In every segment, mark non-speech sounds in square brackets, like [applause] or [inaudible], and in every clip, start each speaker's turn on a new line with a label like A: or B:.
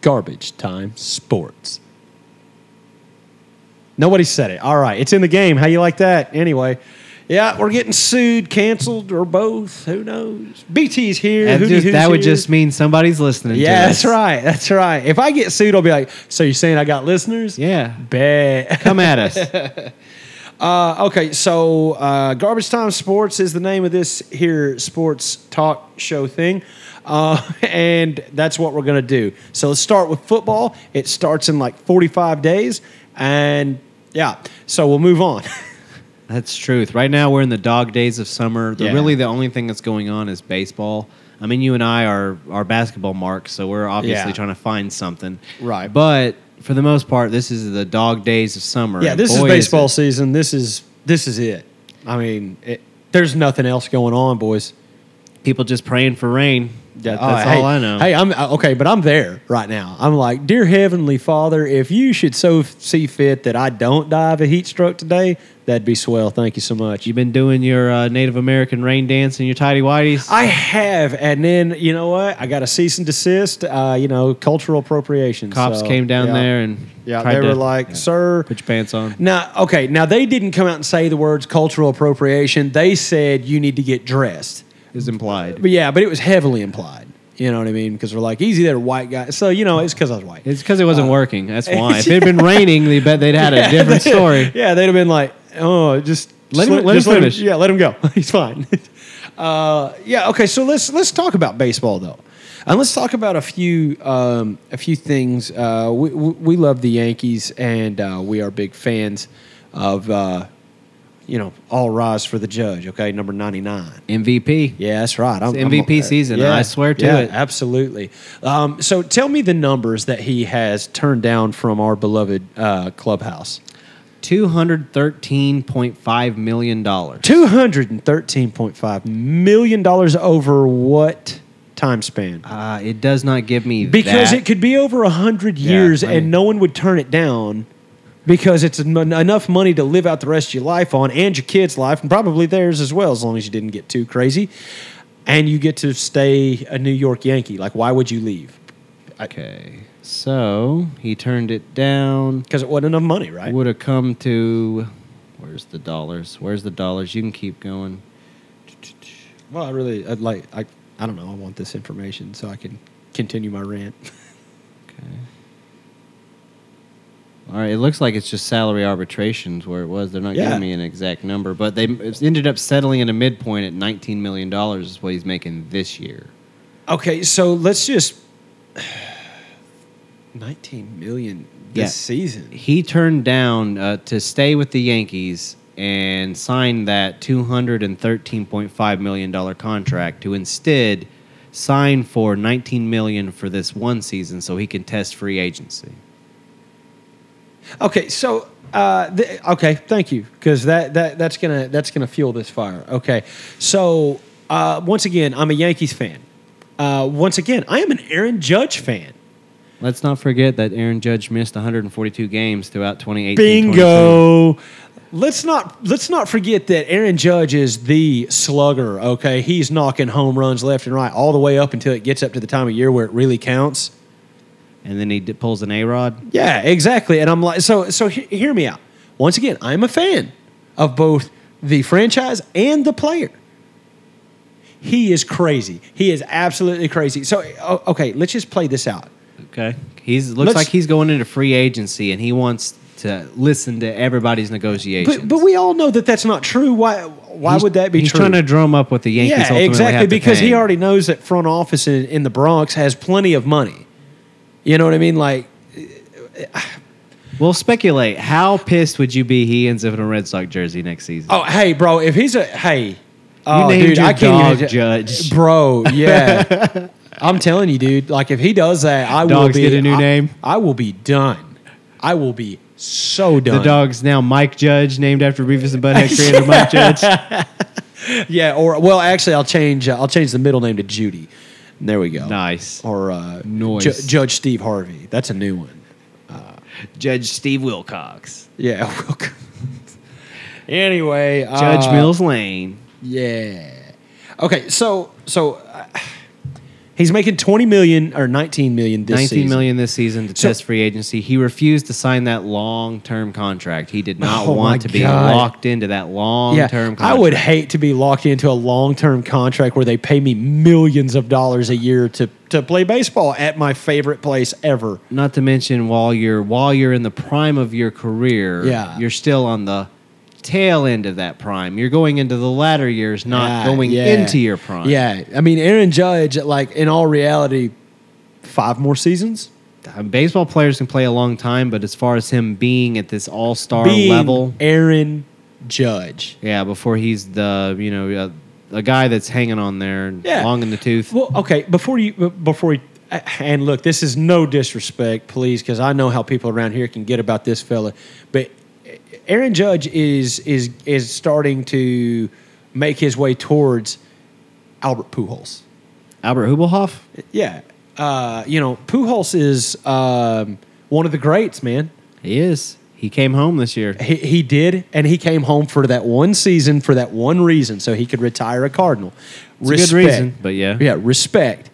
A: garbage time sports. Nobody said it. All right, it's in the game. How you like that? Anyway, yeah, we're getting sued, canceled, or both. Who knows? BT's here.
B: That,
A: Hootie
B: just,
A: Hoo's
B: that would
A: here.
B: just mean somebody's listening.
A: Yeah,
B: to
A: that's
B: us.
A: right. That's right. If I get sued, I'll be like, "So you're saying I got listeners?
B: Yeah,
A: bet."
B: come at us.
A: [laughs] Uh, okay, so uh, Garbage Time Sports is the name of this here sports talk show thing. Uh, [laughs] and that's what we're going to do. So let's start with football. It starts in like 45 days. And yeah, so we'll move on. [laughs]
B: That's truth. Right now, we're in the dog days of summer. The,
A: Yeah.
B: Really, the only thing that's going on is baseball. I mean, you and I are are basketball marks, so we're obviously
A: Yeah.
B: trying to find something.
A: Right.
B: But for the most part, this is the dog days of summer.
A: yeah,
B: and
A: this is
B: boy,
A: baseball
B: it-
A: season. This is this is it. I mean, it, there's nothing else going on, boys.
B: people just praying for rain. That-
A: Oh,
B: that's
A: hey,
B: all I know.
A: Hey, I'm uh, okay, but I'm there right now. I'm like, dear heavenly Father, if you should so f- see fit that I don't die of a heat stroke today, that'd be swell. Thank you so much.
B: You've been doing your uh, Native American rain dance and your tidy whities.
A: I have, and then you know what? I got a cease and desist. Uh, you know, cultural appropriation.
B: Cops
A: so,
B: came down
A: yeah.
B: there and
A: yeah,
B: tried
A: they were
B: to
A: like, sir.
B: put your pants on.
A: Now, okay, now they didn't come out and say the words cultural appropriation. They said you need to get dressed.
B: Is implied.
A: But yeah, but it was heavily implied. You know what I mean? Because we're like, easy there, white guy. So, you know, it's because I was white.
B: It's because it wasn't working.
A: [laughs]
B: That's why. If it had been raining, they bet they'd had a
A: Uh, Yeah,
B: different
A: they-
B: story.
A: Yeah, they'd have been like, oh, just
B: Let
A: just
B: him- let
A: just
B: him finish.
A: yeah, let him go. [laughs] He's fine. Uh, yeah. Okay. So let's let's talk about baseball though, and let's talk about a few um, a few things. Uh, we, we we love the Yankees, and uh, we are big fans of uh, you know all rise for the judge. Okay, number ninety nine.
B: MVP.
A: Yeah, that's right. I'm,
B: It's MVP season, I swear to
A: yeah,
B: it.
A: Absolutely. Um, so tell me the numbers that he has turned down from our beloved uh, clubhouse.
B: $213.5 million.
A: Two hundred and thirteen point five million dollars over what time span?
B: Uh, it does not give me
A: Because
B: that.
A: it could be over a hundred
B: Yeah,
A: years,
B: I
A: and
B: mean-
A: no one would turn it down because it's en- enough money to live out the rest of your life on, and your kids' life, and probably theirs as well, as long as you didn't get too crazy, and you get to stay a New York Yankee. Like, why would you leave?
B: Okay. So he turned it down.
A: Because it wasn't enough money, right?
B: Would have come to. Where's the dollars? Where's the dollars? You can keep going.
A: Well, I really I'd like I I don't know. I want this information so I can continue my rant. [laughs]
B: Okay. All right. It looks like it's just salary arbitrations where it was. They're not
A: Yeah.
B: giving me an exact number, but they it's ended up settling at a midpoint at $19 million is what he's making this year.
A: Okay, so let's just 19 million this
B: Yeah.
A: season.
B: he turned down uh, to stay with the Yankees and signed that $213.5 million contract to instead sign for $19 million for this one season so he can test free agency.
A: Okay, so uh, th- okay, thank you because that, that that's gonna that's gonna fuel this fire. Okay, so uh, once again, I'm a Yankees fan. Uh, once again, I am an Aaron Judge fan.
B: Let's not forget that Aaron Judge missed 142 games throughout 2018. 22.
A: Bingo. Let's not let's not forget that Aaron Judge is the slugger. Okay, he's knocking home runs left and right all the way up until it gets up to the time of year where it really counts.
B: And then he d- pulls an A Rod.
A: Yeah, exactly. And I'm like, so so he- hear me out. Once again, I'm a fan of both the franchise and the player. He is crazy. He is absolutely crazy. So o- okay, let's just play this out.
B: Okay. He's looks
A: Let's-
B: like he's going into free agency and he wants to listen to everybody's negotiations.
A: But but we all know that that's not true. Why why
B: He's-
A: would that be
B: he's
A: true?
B: trying to drum up what the Yankees
A: yeah,
B: ultimately
A: exactly.
B: have to
A: because
B: pay.
A: he already knows that front office in, in the Bronx has plenty of money. You know what I mean? Like,
B: Well, speculate. How pissed would you be he ends up in a Red Sox jersey next season?
A: oh hey, bro, if he's a hey, oh,
B: named
A: dude,
B: your
A: I can't
B: dog
A: even,
B: Judge.
A: bro.
B: [laughs]
A: Yeah, I'm telling you, dude. Like, if he does that, I will
B: Dogs
A: be
B: get a new
A: I-
B: name?
A: I will be done. I will be so
B: the
A: done.
B: dog's now Mike Judge, named after Beavis and Butthead
A: [laughs]
B: creator Mike Judge.
A: Yeah, or well, actually, I'll change. Uh, I'll change the middle name to Judy. There we go.
B: Nice.
A: Or uh,
B: Nice.
A: Ju- Judge Steve Harvey. That's a new one.
B: Judge Steve Wilcox.
A: Yeah. [laughs] anyway,
B: Judge
A: uh,
B: Mills Lane.
A: Yeah. Okay. So so uh, He's making 20 million or 19 million this
B: 19
A: season.
B: million this season to
A: So-
B: test free agency. He refused to sign that long term contract. He did
A: [laughs]
B: not
A: Oh, my
B: want to be
A: God.
B: locked into that long
A: Yeah,
B: term contract.
A: I would hate to be locked into a long-term contract where they pay me millions of dollars a year to to play baseball at my favorite place ever.
B: not to mention while you're while you're in the prime of your career,
A: Yeah.
B: you're still on the tail end of that prime. You're going into the latter years, not
A: Yeah,
B: going
A: Ah, yeah.
B: into your prime.
A: Yeah, I mean Aaron Judge, like in all reality, five more seasons.
B: Uh, Baseball players can play a long time, but as far as him being at this all star
A: Being
B: level,
A: Aaron Judge.
B: yeah, before he's the you know uh, a guy that's hanging on there,
A: Yeah.
B: long in the tooth.
A: Well, okay. Before you, b- before you, and look, this is no disrespect, please, because I know how people around here can get about this fella, but uh, Aaron Judge is is is starting to make his way towards Albert Pujols.
B: Albert Hubelhoff.
A: Yeah, uh, you know, Pujols is um, one of the greats, man.
B: He is. He came home this year.
A: He, he did, and he came home for that one season for that one reason, so he could retire a Cardinal.
B: It's a good reason, but yeah,
A: Yeah, respect.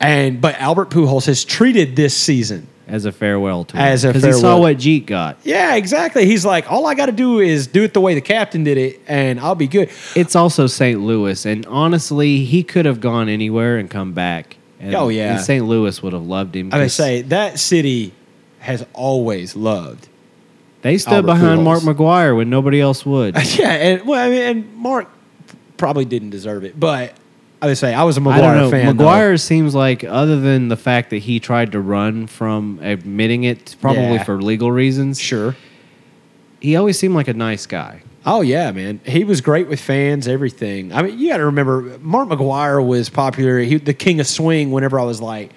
A: And but Albert Pujols has treated this season.
B: as a farewell to
A: As a
B: because he saw
A: farewell.
B: what Jeet got.
A: Yeah, exactly. He's like, all I got to do is do it the way the captain did it, and I'll be good.
B: It's also St. Louis, and honestly, he could have gone anywhere and come back. And,
A: Oh, yeah.
B: and St. Louis would have loved him.
A: I would
B: 'cause
A: say that city has always loved. [laughs]
B: they stood
A: Albert
B: behind
A: Pujols.
B: Mark McGuire when nobody else would.
A: yeah, and well, I mean, and Mark probably didn't deserve it, but I would say I was a McGuire
B: I don't know.
A: fan. though.
B: McGuire seems like, other than the fact that he tried to run from admitting it, probably
A: Yeah.
B: for legal reasons,
A: sure.
B: he always seemed like a nice guy.
A: Oh yeah, man. He was great with fans, everything. I mean, you got to remember, Mark McGuire was popular. He the king of swing. Whenever I was like,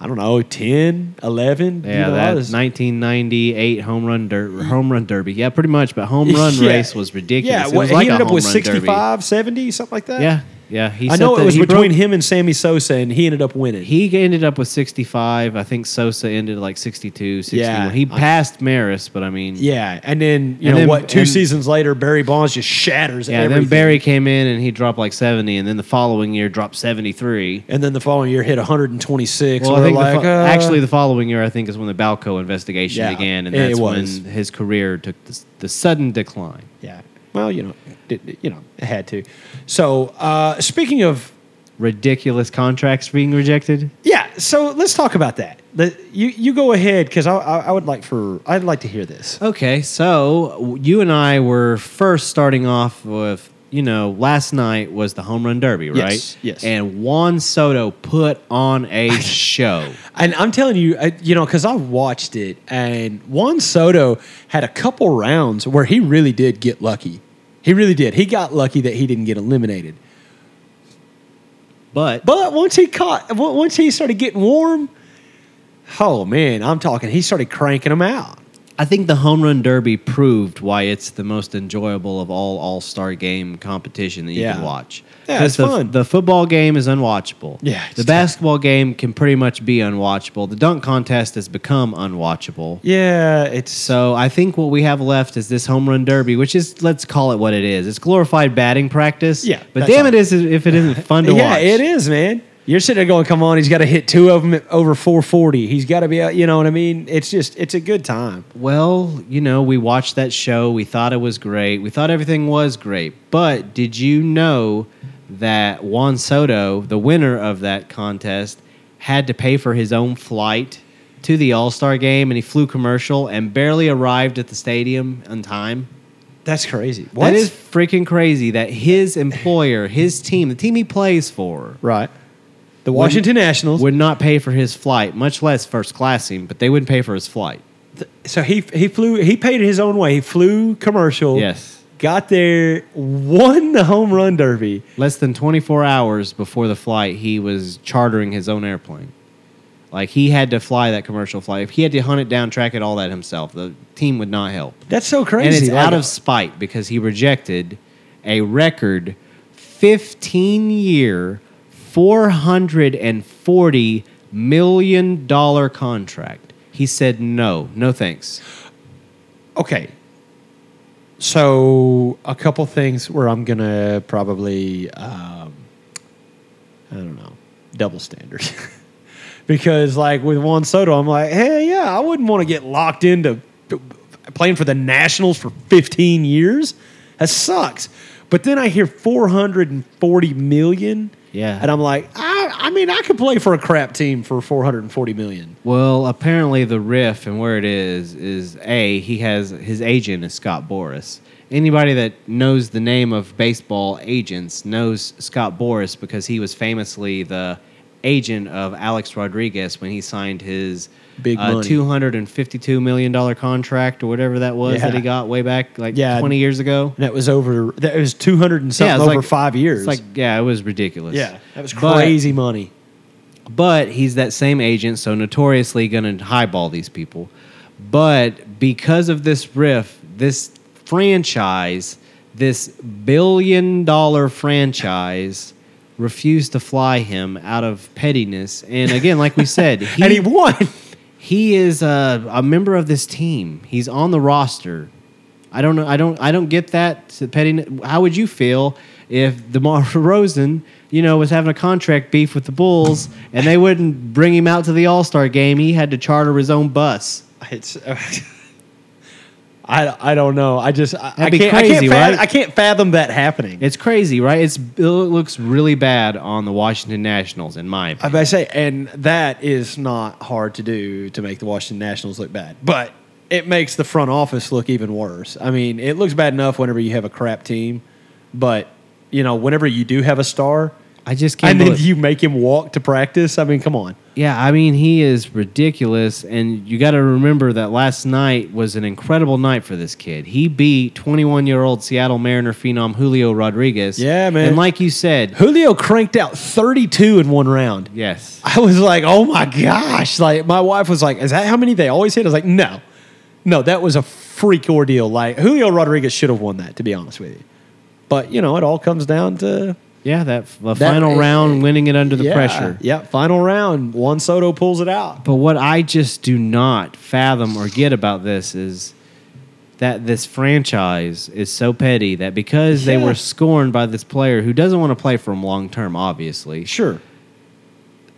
A: I don't know, 10, 11. you
B: Yeah,
A: know, I
B: that
A: [laughs] was-
B: 1998 home run der- home run derby. Yeah, pretty much. But home run
A: [laughs] Yeah.
B: race was ridiculous.
A: Yeah,
B: it
A: what-
B: was like
A: he
B: a
A: ended up
B: home
A: with
B: run derby.
A: 65, 70, something like that.
B: Yeah, yeah. He
A: I
B: said
A: know it
B: that
A: was
B: he broke-
A: between him and Sammy Sosa, and he ended up winning.
B: He ended up with 65. I think Sosa ended like 62, 61.
A: Yeah.
B: he passed Maris, but I mean,
A: yeah, and then you know
B: And then-
A: what? Two
B: and-
A: seasons later, Barry Bonds just shatters.
B: yeah.
A: everything.
B: Then Barry came in and he dropped like 70, and then the following year dropped 73.
A: and then the following year hit 126.
B: Well, I
A: We're
B: think
A: like,
B: the fo-
A: uh,
B: actually the following year I think is when the Balco investigation
A: Yeah,
B: began, and
A: it
B: that's when
A: was.
B: his career took the, the sudden decline.
A: yeah. Well, you know, did, you know, it had to. So, uh, speaking of
B: Ridiculous contracts being rejected.
A: Yeah, so let's talk about that. The- you you go ahead because I, I I would like for I'd like to hear this.
B: Okay, so w- you and I were first starting off with, you know, last night was the home run derby, right?
A: Yes, yes.
B: And Juan Soto put on
A: [laughs]
B: a show.
A: And I'm telling you, I, you know, because I watched it, and Juan Soto had a couple rounds where he really did get lucky. He really did. He got lucky that he didn't get eliminated.
B: But,
A: But once he caught, on- once he started getting warm, oh man, I'm talking. He started cranking them out.
B: I think the home run derby proved why it's the most enjoyable of all all star game competition that you
A: Yeah.
B: can watch.
A: Yeah,
B: 'Cause
A: it's
B: the,
A: fun.
B: The football game is unwatchable.
A: Yeah, it's
B: The basketball game can pretty much be unwatchable. The dunk contest has become unwatchable.
A: Yeah, it's
B: So I think what we have left is this home run derby, which is let's call it what it is. It's glorified batting practice.
A: Yeah,
B: but
A: that's
B: damn
A: all.
B: it is if it isn't fun to
A: [laughs] yeah,
B: watch.
A: it is, man. You're sitting there going, "Come on, he's got to hit two of them at over 440. He's got to be out." You know what I mean? It's just, it's a good time.
B: Well, you know, we watched that show. We thought it was great. We thought everything was great. But did you know that Juan Soto, the winner of that contest, had to pay for his own flight to the All Star game, and he flew commercial and barely arrived at the stadium on time.
A: That's crazy. What
B: That is freaking crazy that his employer, his team, the team he plays for,
A: right? The Washington Nationals.
B: would not pay for his flight, much less first classing, but they wouldn't pay for his flight.
A: so he he flew. He paid his own way. He flew commercial.
B: Yes.
A: Got there, won the home run derby.
B: Less than 24 hours before the flight, he was chartering his own airplane. Like he had to fly that commercial flight. If he had to hunt it down, track it, all that himself, the team would not help.
A: That's so crazy.
B: And it's
A: Like,
B: out of spite because he rejected a record 15 year, $440 million contract. He said, no, no thanks.
A: okay. So a couple things where I'm gonna probably, um, I don't know, double standard. [laughs] because like with Juan Soto, I'm like, hey, yeah, I wouldn't want to get locked into playing for the Nationals for 15 years. That sucks. But then I hear 440 million.
B: Yeah.
A: And I'm like, I, I mean, I could play for a crap team for 440 million.
B: Well, apparently the riff and where it is is a he has his agent is Scott Boris. Anybody that knows the name of baseball agents knows Scott Boris because he was famously the agent of Alex Rodriguez when he signed his uh,
A: Big money.
B: two hundred and fifty-two million dollar contract or whatever that was that
A: Yeah.
B: he got way back like
A: Yeah.
B: twenty years ago.
A: And that was over, that was 200 and something
B: it was
A: over
B: like-
A: five years.
B: It's like yeah, it was ridiculous.
A: yeah, that was
B: But-
A: crazy money.
B: but he's that same agent, so notoriously going to highball these people. But because of this riff, this franchise, this billion dollar franchise, refused to fly him out of pettiness. And again, like we said, he,
A: and he won.
B: he is a, a member of this team. He's on the roster. I don't know. I don't. I don't get that so petty. How would you feel if Demar [laughs] Rosen, you know, was having a contract beef with the Bulls and they wouldn't bring him out to the All Star game? He had to charter his own bus.
A: [laughs] It's. uh, [laughs] I, I don't know. I just I, I
B: be
A: can't I
B: crazy,
A: can't, fathom,
B: right?
A: I can't fathom that happening.
B: It's crazy, right? It's it looks really bad on the Washington Nationals, in my opinion.
A: I, I say, and that is not hard to do to make the Washington Nationals look bad, but it makes the front office look even worse. I mean, it looks bad enough whenever you have a crap team, but you know, whenever you do have a star,
B: I just can't.
A: and then
B: believe-
A: you make him walk to practice. I mean, come on.
B: Yeah, I mean, he is ridiculous. And you got to remember that last night was an incredible night for this kid. He beat 21 year old Seattle Mariner phenom Julio Rodriguez.
A: Yeah, man.
B: And like you said,
A: Julio cranked out 32 in one round.
B: yes.
A: I was like, oh my gosh. Like, my wife was like, is that how many they always hit? I was like, no. No, that was a freak ordeal. Like, Julio Rodriguez should have won that, to be honest with you. But, you know, it all comes down to
B: Yeah, that the final round, winning it under the
A: yeah,
B: pressure.
A: Yeah, final round. Juan Soto pulls it out.
B: But what I just do not fathom or get about this is that this franchise is so petty that because they
A: Yeah.
B: were scorned by this player who doesn't want to play for him long term, obviously,
A: Sure.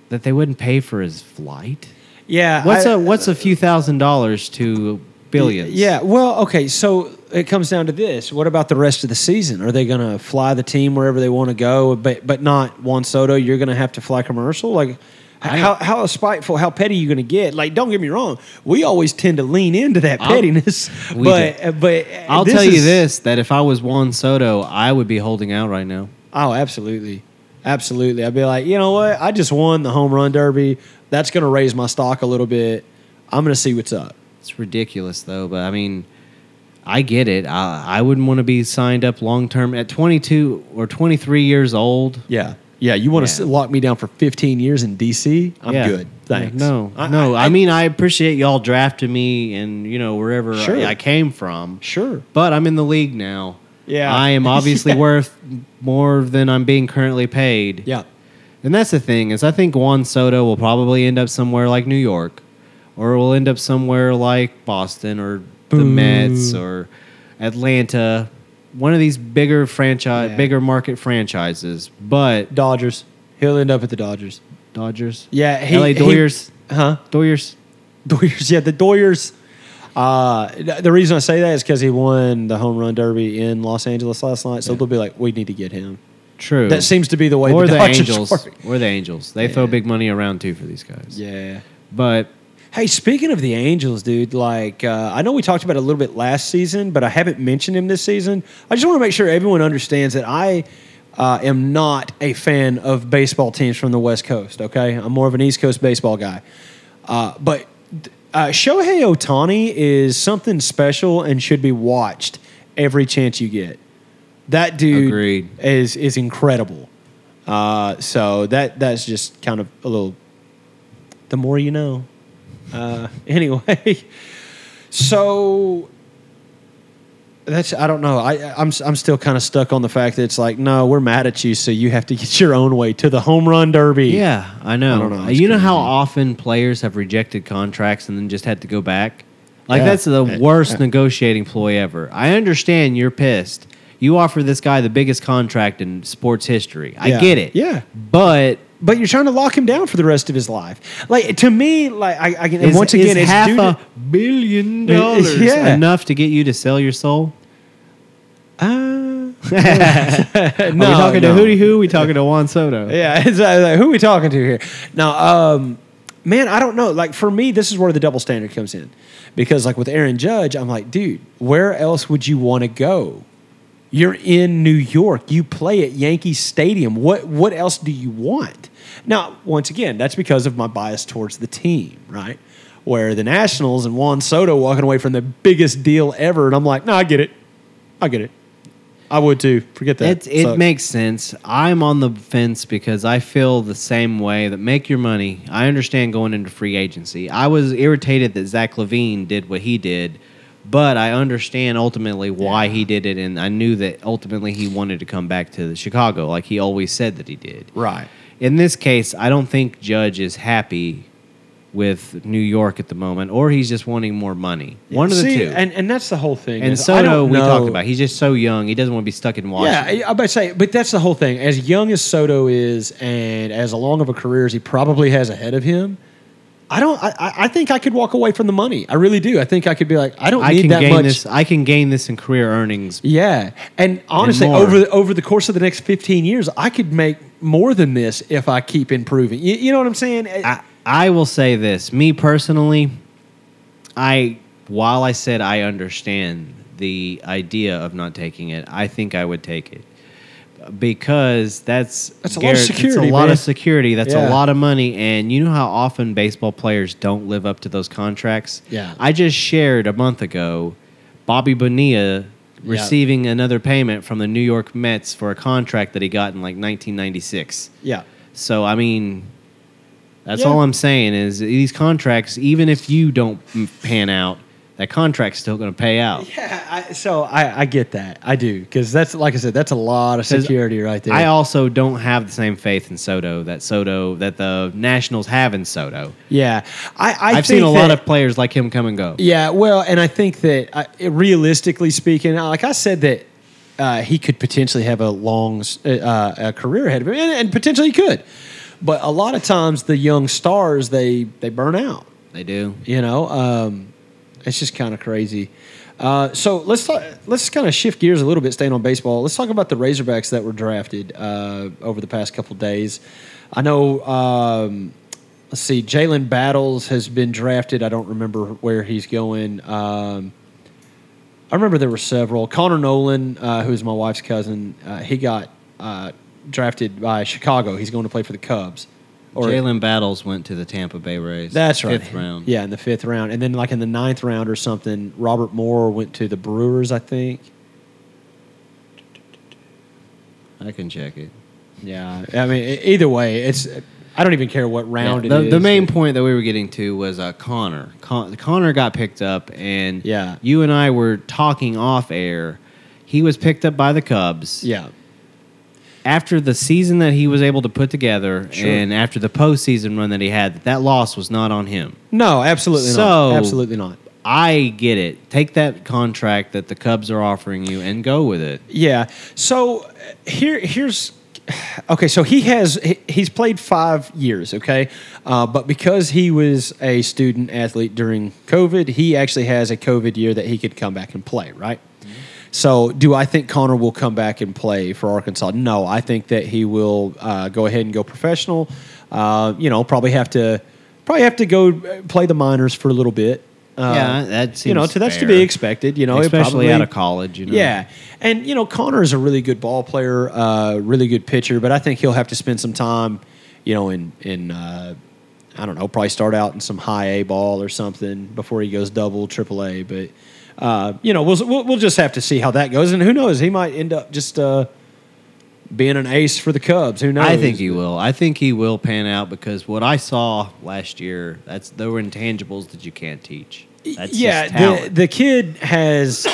B: that they wouldn't pay for his flight.
A: Yeah.
B: What's
A: I-
B: a what's a few thousand dollars to billions?
A: Yeah. Well, okay. So it comes down to this: What about the rest of the season? Are they going to fly the team wherever they want to go, but but not Juan Soto? You're going to have to fly commercial. Like, how how spiteful, how petty you going to get? Like, don't get me wrong. We always tend to lean into that
B: I'll-
A: pettiness,
B: we
A: but uh, but
B: I'll
A: this
B: tell you
A: is-
B: this: that if I was Juan Soto, I would be holding out right now.
A: Oh, absolutely. Absolutely. I'd be like, you know what? I just won the home run derby. That's going to raise my stock a little bit. I'm going to see what's up.
B: It's ridiculous, though. But I mean, I get it. I, I wouldn't want to be signed up long term at 22 or 23 years old.
A: Yeah. Yeah, you want
B: Yeah.
A: to lock me down for 15 years in DC? I'm
B: Yeah.
A: good. Thanks.
B: No,
A: I-
B: no.
A: I-
B: I, mean, I appreciate y'all drafting me and you know wherever
A: Sure.
B: I, I came from.
A: Sure.
B: but I'm in the league now.
A: [laughs] Yeah.
B: I am obviously
A: Yeah.
B: worth more than I'm being currently paid.
A: Yeah.
B: And that's the thing is I think Juan Soto will probably end up somewhere like New York or will end up somewhere like Boston or the Mets or Atlanta, one of these bigger franchise
A: Yeah.
B: bigger market franchises. But
A: Dodgers. He'll end up at the Dodgers.
B: Dodgers.
A: Yeah, he-
B: LA
A: he-
B: Doyers.
A: Huh?
B: Doyers.
A: Doyers. Yeah, the Doyers. Uh, th- the reason I say that is because he won the home run derby in Los Angeles last night. So they'll be like, we need to get him.
B: True.
A: That seems to be the way
B: or
A: the
B: the,
A: Dodgers
B: Angels.
A: work.
B: Or the Angels. They throw big money around too for these guys.
A: Yeah.
B: But
A: Hey, speaking of the Angels, dude, like uh, I know we talked about it a little bit last season, but I haven't mentioned him this season. I just want to make sure everyone understands that I uh, am not a fan of baseball teams from the West Coast. Okay, I'm more of an East Coast baseball guy. Uh, but uh, Shohei Otani is something special and should be watched every chance you get. That dude
B: Agreed.
A: is is incredible. Uh, so that that's just kind of a little. The more you know. Uh, [laughs] anyway, so that's I don't know. I I'm I'm still kind of stuck on the fact that it's like no, we're mad at you, so you have to get your own way to the home run derby.
B: Yeah, I know.
A: I don't know. It's
B: You know how
A: crazy.
B: often players have rejected contracts and then just had to go back? Like
A: Yeah.
B: that's the
A: Uh,
B: worst negotiating ploy ever. I understand you're pissed. You offer this guy the biggest contract in sports history. I
A: Yeah.
B: get it.
A: Yeah.
B: But
A: But you're trying to lock him down for the rest of his life. Like to me, like I, I can and
B: Is-
A: once again,
B: is
A: it's
B: half
A: due to-
B: a billion dollars
A: Yeah.
B: enough to get you to sell your soul? [laughs]
A: [laughs]
B: Uh,
A: Eh, no,
B: are we talking
A: no.
B: to Hootie Who? We talking to Juan
A: [laughs]
B: Soto?
A: Yeah, it's uh, like, who we talking to here? Now, um, man, I don't know. Like for me, this is where the double standard comes in, because like with Aaron Judge, I'm like, dude, where else would you want to go? You're in New York. You play at Yankee Stadium. What what else do you want? Now, once again, that's because of my bias towards the team, right? Where the Nationals and Juan Soto walking away from the biggest deal ever, and I'm like, no, I get it, I get it. I would too. Forget that.
B: It, it
A: Sucks.
B: makes sense. I'm on the fence because I feel the same way that make your money. I understand going into free agency. I was irritated that Zach Levine did what he did, but I understand ultimately why he did it. And I knew that ultimately he wanted to come back to Chicago, like he always said that he did.
A: right.
B: In this case, I don't think Judge is happy with New York at the moment, or he's just wanting more money. One of the
A: See,
B: two.
A: And, and that's the whole thing.
B: and
A: is I
B: Soto,
A: don't
B: we
A: know-
B: talked about. He's just so young. He doesn't want to be stuck in Washington.
A: Yeah, I- I'm about to say, but that's the whole thing. As young as Soto is, and as long of a career as he probably has ahead of him, I don't. I- I, I think I could walk away from the money. I really do. I think I could be like, I don't
B: I
A: need
B: can
A: that
B: gain
A: much.
B: this. I can gain this in career earnings.
A: Yeah, and honestly,
B: more.
A: over the, over the course of the next 15 years, I could make more than this if I keep improving. You, you know what I'm saying?
B: I, I will say this, me personally, I while I said I understand the idea of not taking it, I think I would take it because that's
A: That's a lot of
B: guaran- That's a
A: security,
B: lot
A: man.
B: of security. That's
A: Yeah.
B: a lot of money, and you know how often baseball players don't live up to those contracts.
A: Yeah.
B: I just shared a month ago, Bobby Bonilla. Receiving another payment from the New York Mets for a contract that he got in like 1996.
A: yeah,
B: So I mean, that's
A: Yeah.
B: all I'm saying is these contracts. Even if you don't m- pan out, that contract's still going to pay out.
A: yeah. I, so I, I get that. I do because that's like I said, that's a lot of
B: 'Cause
A: security right there.
B: I also don't have the same faith in Soto that Soto that the Nationals have in Soto.
A: yeah, I, I
B: I have seen
A: think
B: a lot
A: that-
B: of players like him come and go.
A: Yeah, well, and I think that uh, it- realistically speaking, uh, like I said, that uh, he could potentially have a long s- uh, uh, a career ahead of him, and, and potentially he could. But a lot of times, the young stars they they burn out.
B: They do.
A: You know, um, it's just kind of crazy. Uh, so let's talk, let's kind of shift gears a little bit, staying on baseball. Let's talk about the Razorbacks that were drafted uh, over the past couple days. I know. Um, let's see, Jalen Battles has been drafted. I don't remember where he's going. Um, I remember there were several. Connor Nolan, uh, who is my wife's cousin, uh, he got uh, drafted by Chicago. He's going to play for the Cubs.
B: Jalen Battles went to the Tampa Bay Rays.
A: That's right.
B: Fifth round.
A: Yeah, in the fifth round. And then, like, in the ninth round or something, Robert Moore went to the Brewers, I think.
B: I can check it.
A: Yeah. I mean, e- either way, it's. I don't even care what round
B: Yeah, the,
A: it is.
B: the main point that we were getting to was uh, Connor. Con- Connor got picked up, and
A: Yeah.
B: you and I were talking off air. He was picked up by the Cubs.
A: Yeah.
B: After the season that he was able to put together
A: Sure.
B: and after the postseason run that he had, that loss was not on him.
A: No, absolutely
B: So-
A: not. Absolutely not.
B: I get it. Take that contract that the Cubs are offering you and go with it.
A: Yeah. So uh, here, here's okay. So he has he- he's played five years. Okay, uh, but because he was a student athlete during COVID, he actually has a COVID year that he could come back and play. Right.
B: Mm-hmm.
A: So, do I think Connor will come back and play for Arkansas? No, I think that he will uh, go ahead and go professional. Uh, you know, probably have to probably have to go uh, play the minors for a little bit. Uh,
B: Yeah, that
A: you know
B: seems
A: to, that's to
B: fair.
A: be expected. You know, it
B: Especially
A: probably-
B: out of college. You know?
A: yeah, and you know Connor is a really good ball player, uh, really good pitcher, but I think he'll have to spend some time, you know, in in uh, I don't know, probably start out in some high A ball or something before he goes double, triple A. But uh, you know, we'll, we'll we'll just have to see how that goes, and who knows, he might end up just uh, being an ace for the Cubs. Who knows?
B: I think he will. I think he will pan out because what I saw last year, that's there were intangibles that you can't teach. That's
A: yeah,
B: just talent.
A: the the kid has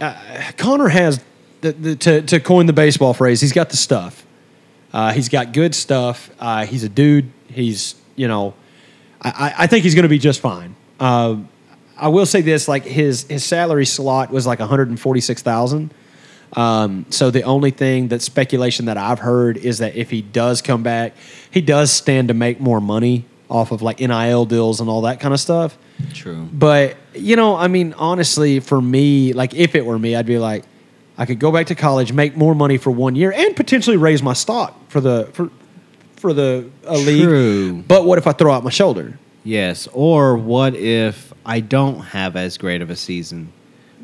A: uh, Connor has the, the, to to coin the baseball phrase. He's got the stuff. Uh, he's got good stuff. Uh, he's a dude. He's you know, I, I- I think he's going to be just fine. Uh, I will say this: like his his salary slot was like one hundred and forty six thousand. Um, so the only thing that speculation that I've heard is that if he does come back, he does stand to make more money off of like NIL deals and all that kind of stuff.
B: True.
A: But you know, I mean, honestly, for me, like if it were me, I'd be like, I could go back to college, make more money for one year, and potentially raise my stock for the for for the uh,
B: True.
A: league. But what if I throw out my shoulder?
B: Yes. Or what if I don't have as great of a season?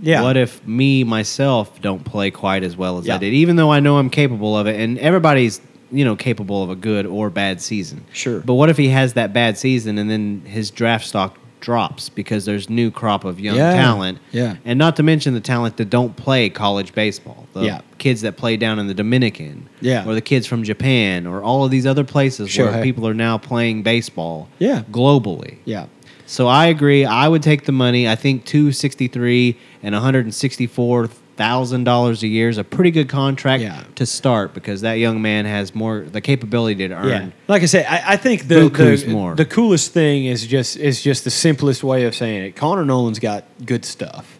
A: Yeah.
B: What if me myself don't play quite as well as
A: Yeah.
B: I did, even though I know I'm capable of it, and everybody's you know capable of a good or bad season.
A: Sure.
B: But what if he has that bad season and then his draft stock drops because there's new crop of young
A: Yeah.
B: talent.
A: Yeah.
B: And not to mention the talent that don't play college baseball. The
A: Yeah.
B: kids that play down in the Dominican.
A: Yeah.
B: Or the kids from Japan or all of these other places
A: Sure.
B: where people are now playing baseball
A: Yeah.
B: globally.
A: Yeah.
B: So I agree. I would take the money. I think two sixty three and one hundred and sixty four thousand dollars a year is a pretty good contract
A: Yeah.
B: to start because that young man has more the capability to earn.
A: Yeah. Like I said, I, I think the
B: Buku's
A: the,
B: more.
A: the coolest thing is just is just the simplest way of saying it. Connor Nolan's got good stuff.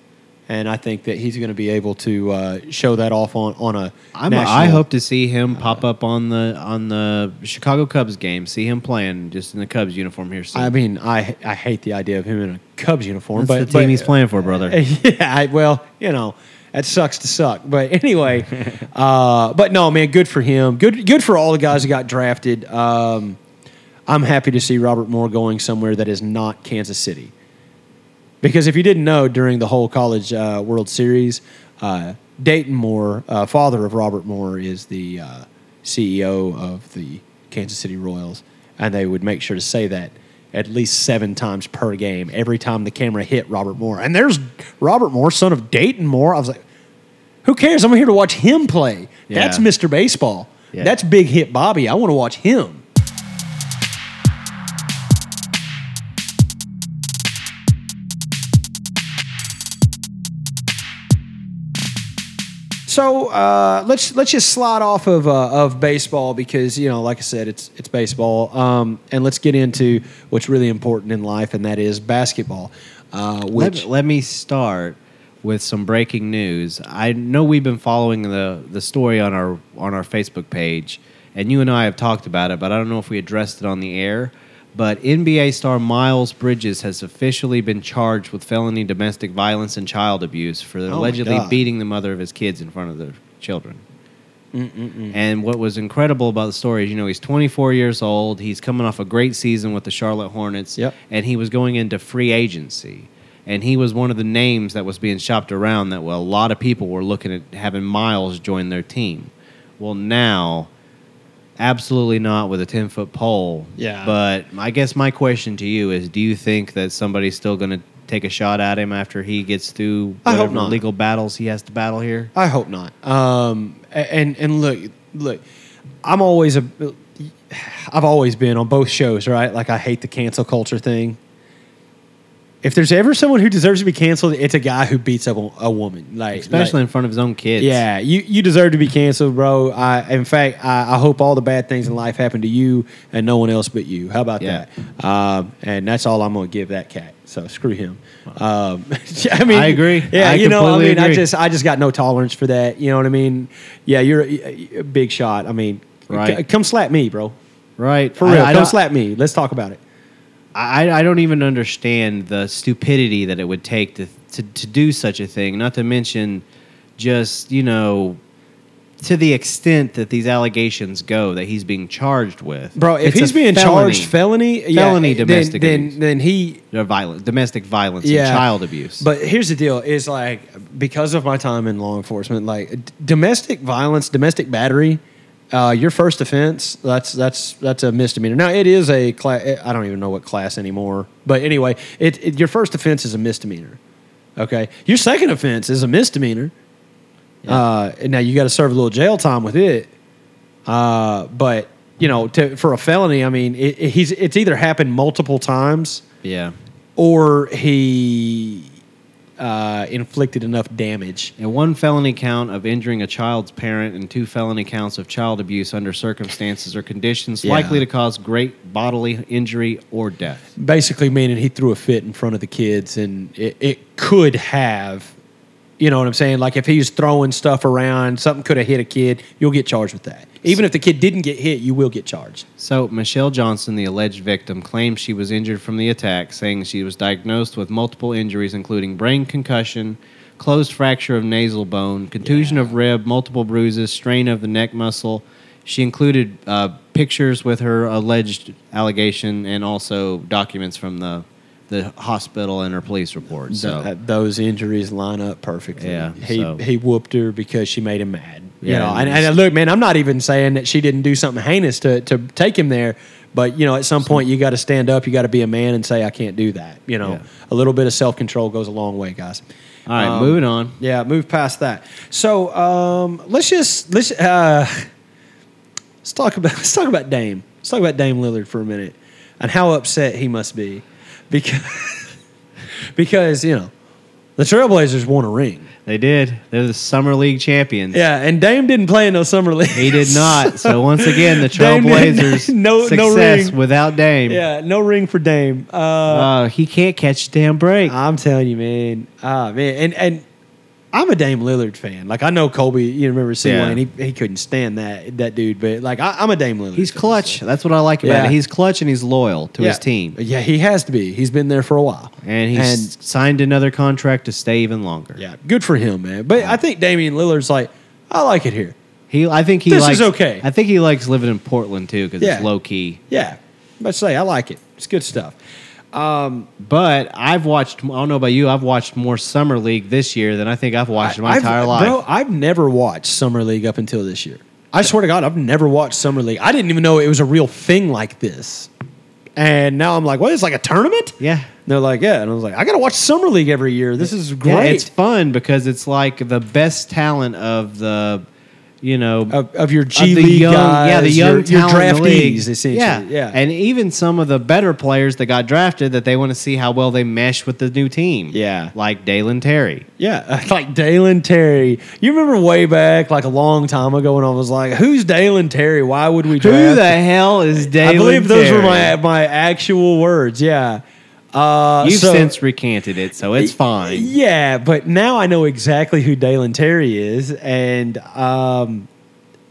A: And I think that he's going to be able to uh, show that off on on a.
B: I'm,
A: national- Uh-huh.
B: I hope to see him pop up on the on the Chicago Cubs game. See him playing just in the Cubs uniform here soon.
A: I mean, I I hate the idea of him in a Cubs uniform,
B: That's
A: but
B: the team
A: but-
B: he's playing for, brother.
A: [laughs] yeah, I, well, you know, that sucks to suck. But
B: [laughs]
A: anyway, uh, but no, man, good for him. Good, good for all the guys that got drafted. Um, I'm happy to see Robert Moore going somewhere that is not Kansas City, because if you didn't know, during the whole college uh, World Series, uh, Dayton Moore, uh, father of Robert Moore, is the uh, CEO of the Kansas City Royals, and they would make sure to say that. At least seven times per game, every time the camera hit Robert Moore. And there's Robert Moore, son of Dayton Moore. I was like, who cares? I'm here to watch him play. That's
B: Yeah.
A: Mr. Baseball.
B: Yeah.
A: That's Big Hit Bobby. I want to watch him. So uh, let's let's just slide off of uh, of baseball because you know, like I said, it's it's baseball, um, and let's get into what's really important in life, and that is basketball. Uh,
B: Let-
A: which
B: let, me start with some breaking news. I know we've been following the the story on our on our Facebook page, and you and I have talked about it, but I don't know if we addressed it on the air. But NBA star Miles Bridges has officially been charged with felony domestic violence and child abuse for
A: Oh my
B: allegedly
A: God.
B: beating the mother of his kids in front of their children. And what was incredible about the story is, you know, he's 24 years old. He's coming off a great season with the Charlotte Hornets.
A: Yep.
B: And he was going into free agency. And he was one of the names that was being shopped around that well, a lot of people were looking at having Miles join their team. Well, now, absolutely not with a 10 foot pole.
A: Yeah.
B: But I guess my question to you is do you think that somebody's still going to take a shot at him after he gets through
A: I hope
B: whatever
A: not.
B: legal battles he has to battle here?
A: I hope not. Um, a- and and look, look, I'm always a, I've always been on both shows, right? Like I hate the cancel culture thing. If there's ever someone who deserves to be canceled, it's a guy who beats up a woman, like
B: Especially
A: like-
B: in front of his own kids.
A: yeah, you, you deserve to be canceled, bro. I, in fact, I, I hope all the bad things in life happen to you and no one else but you. How about
B: Yeah.
A: that? Um, and that's all I'm going to give that cat. So screw him. Um, [laughs] I mean,
B: I agree.
A: Yeah,
B: I
A: you know, I
B: completely
A: mean, I
B: agree.
A: just, I just got no tolerance for that. You know what I mean? Yeah, you're a, a big shot. I mean,
B: Right.
A: c- come slap me, bro.
B: Right.
A: For real,
B: I, I
A: come
B: don't,
A: slap me. Let's talk about it.
B: I, I don't even understand the stupidity that it would take to, to, to do such a thing, not to mention just, you know, to the extent that these allegations go that he's being charged with.
A: Bro, if
B: It's a
A: he's being
B: felony.
A: charged felony, yeah,
B: Felony
A: then-
B: domestic abuse.
A: then, then he
B: Or violence, domestic violence and child abuse.
A: But here's the deal: is like because of my time in law enforcement, like d- domestic violence, domestic battery, uh, your first offense that's that's that's a misdemeanor. Now it is a class. I don't even know what class anymore. But anyway, it, it your first offense is a misdemeanor. Okay, your second offense is a misdemeanor. Uh, and now you got to serve a little jail time with it. Uh, but you know, to, for a felony, I mean, it, it, he's it's either happened multiple times
B: yeah.
A: or he uh, inflicted enough damage.
B: And one felony count of injuring a child's parent and two felony counts of child abuse under circumstances or conditions
A: Yeah.
B: likely to cause great bodily injury or death.
A: Basically, meaning he threw a fit in front of the kids, and it, it could have You know what I'm saying? Like if he's throwing stuff around, something could have hit a kid, you'll get charged with that. Even if the kid didn't get hit, you will get charged.
B: So, Michelle Johnson, the alleged victim, claims she was injured from the attack, saying she was diagnosed with multiple injuries, including brain concussion, closed fracture of nasal bone, contusion of rib, multiple bruises, strain of the neck muscle. She included uh, pictures with her alleged allegation and also documents from the, the hospital and her police report. So,
A: Th- uh, those injuries line up perfectly.
B: Yeah,
A: he
B: so-
A: he whooped her because she made him mad. You
B: Yeah,
A: know,
B: and
A: and, and look, man, I'm not even saying that she didn't do something heinous to to take him there, but you know, at some point you got to stand up, you got to be a man and say I can't do that. You know,
B: Yeah.
A: a little bit of self control goes a long way, guys.
B: all right,
A: Um,
B: moving on.
A: Yeah, move past that. So um, let's just let's uh, let's talk about [laughs] let's talk about Dame. Let's talk about Dame Lillard for a minute and how upset he must be because [laughs] because you know the Trailblazers won a ring.
B: They did. They're the Summer League champions.
A: Yeah, and Dame didn't play in no summer league.
B: He
A: [laughs]
B: did not. So once again, [laughs] the
A: Dame didn't-
B: Trailblazers
A: no- no
B: success
A: ring.
B: without Dame.
A: yeah, no ring for Dame. Uh,
B: Uh, he can't catch a damn break.
A: I'm telling you, man. Ah, man. And and I'm a Dame Lillard fan. Like I know Kobe. You remember C
B: Yeah.
A: Wayne? He he couldn't stand that that dude. But like I, I'm a Dame Lillard.
B: He's
A: fan,
B: clutch.
A: so-
B: That's what I like about
A: Yeah.
B: it. He's clutch and he's loyal to his
A: Yeah.
B: team.
A: Yeah, he has to be. He's been there for a while.
B: And he's signed another contract to stay even longer.
A: yeah, good for him, man. But I think Damian Lillard's like, I like it here.
B: He, I think he
A: This
B: likes,
A: is okay.
B: I think he likes living in Portland too because
A: Yeah.
B: it's low key.
A: Yeah, but say I like it. It's good stuff.
B: But I've watched. I don't know about you. I've watched more summer league this year than I think I've watched in my
A: I've-
B: entire life.
A: Bro, I've never watched Summer League up until this year. I swear to God, I've never watched Summer League. I didn't even know it was a real thing like this. And now I'm like, what? It's like a tournament?
B: Yeah.
A: And they're like, yeah. And I was like, I got to watch Summer League every year. This is
B: Yeah,
A: great.
B: it's fun because it's like the best talent of the, you know,
A: of, of your
B: of
A: G
B: the
A: League
B: young,
A: guys,
B: yeah, the young
A: your, your
B: talent in the league.
A: draftees, essentially. Yeah.
B: yeah, and even some of the better players that got drafted that they want to see how well they mesh with the new team.
A: Yeah.
B: like Dalen Terry.
A: yeah. [laughs] Like Dalen Terry. You remember way back, like a long time ago, when I was like, who's Dalen Terry? Why would we draft
B: Who the hell is Dalen?
A: I believe those were my
B: Terry?
A: my actual words. Yeah. Uh,
B: You've
A: so-
B: since recanted it, so it's fine.
A: Yeah, but now I know exactly who Dalen Terry is, and um,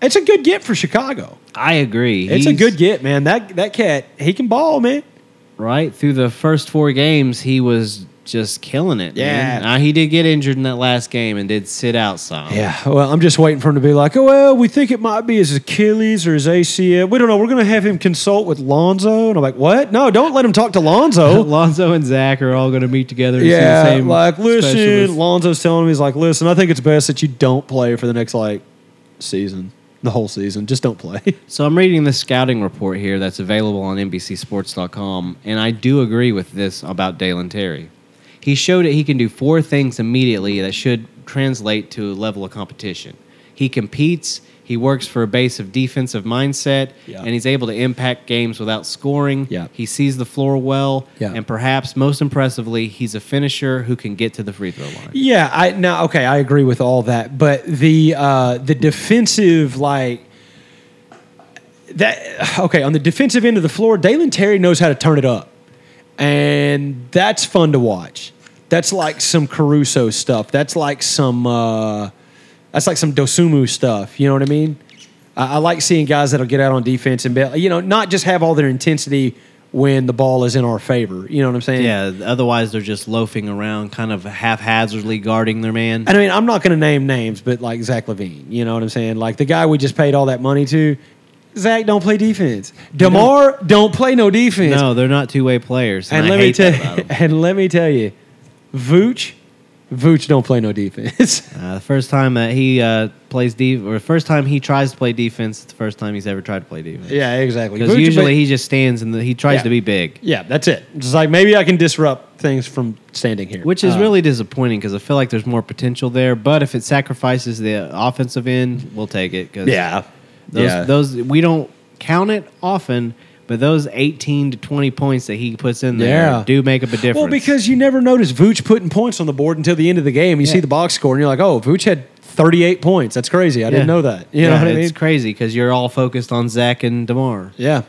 A: it's a good get for Chicago.
B: I agree.
A: It's a
B: He's-
A: good get, man. That that cat, he can ball, man.
B: right? Through the first four games, he was just killing it.
A: Yeah.
B: man. Now, he did get injured in that last game and did sit out some.
A: Yeah. Well, I'm just waiting for him to be like, oh well, we think it might be his Achilles or his ACL. We don't know. We're gonna have him consult with Lonzo, and I'm like, what? No, don't let him talk to
B: [laughs]
A: Lonzo.
B: Lonzo and Zach are all going to meet together. And
A: Yeah,
B: see the same
A: like listen,
B: specialist.
A: Lonzo's telling me he's like, listen, I think it's best that you don't play for the next like season, the whole season. Just don't play. [laughs]
B: So I'm reading the scouting report here that's available on NBCSports.com, and I do agree with this about Dalen Terry. He showed that he can do four things immediately that should translate to a level of competition. He competes, he works for a base of defensive mindset,
A: Yeah.
B: and he's able to impact games without scoring.
A: Yeah.
B: He sees the floor well,
A: Yeah.
B: and perhaps most impressively, he's a finisher who can get to the free throw line.
A: yeah, I now okay, I agree with all that, but the uh the defensive like that okay on the defensive end of the floor, Dalen Terry knows how to turn it up, and that's fun to watch. That's like some Caruso stuff. That's like some uh, that's like some Dosumu stuff. You know what I mean? I, I like seeing guys that'll get out on defense and be, you know not just have all their intensity when the ball is in our favor. You know what I'm saying?
B: Yeah, otherwise they're just loafing around, kind of haphazardly guarding their man.
A: And I mean, I'm not going to name names, but like Zach Levine, you know what I'm saying? Like the guy we just paid all that money to, Zach don't play defense. Demar don't play no defense.
B: No, they're not two way players. And,
A: and
B: I
A: let me
B: hate
A: tell
B: that about 'em.
A: and let me tell you, Vooch, Vooch don't play no defense. [laughs]
B: Uh, the first time that he uh, plays def or the first time he tries to play defense, it's the first time he's ever tried to play defense.
A: yeah, exactly.
B: Because
A: Vooch-
B: usually he just stands and the, he tries
A: Yeah.
B: to be big,
A: yeah, that's it. Just like maybe I can disrupt things from standing here,
B: which is
A: Uh,
B: really disappointing because I feel like there's more potential there. But if it sacrifices the offensive end, we'll take it. Cause
A: yeah,
B: those,
A: yeah.
B: those we don't count it often, but those 18 to 20 points that he puts in there
A: Yeah.
B: do make up a difference.
A: Well, because you never notice Vooch putting points on the board until the end of the game. You see the box score, and you're like, "Oh, Vooch had 38 points. That's crazy. I
B: Yeah.
A: didn't know that." You know
B: Yeah,
A: what I mean?
B: It's crazy because you're all focused on Zach and Demar.
A: yeah,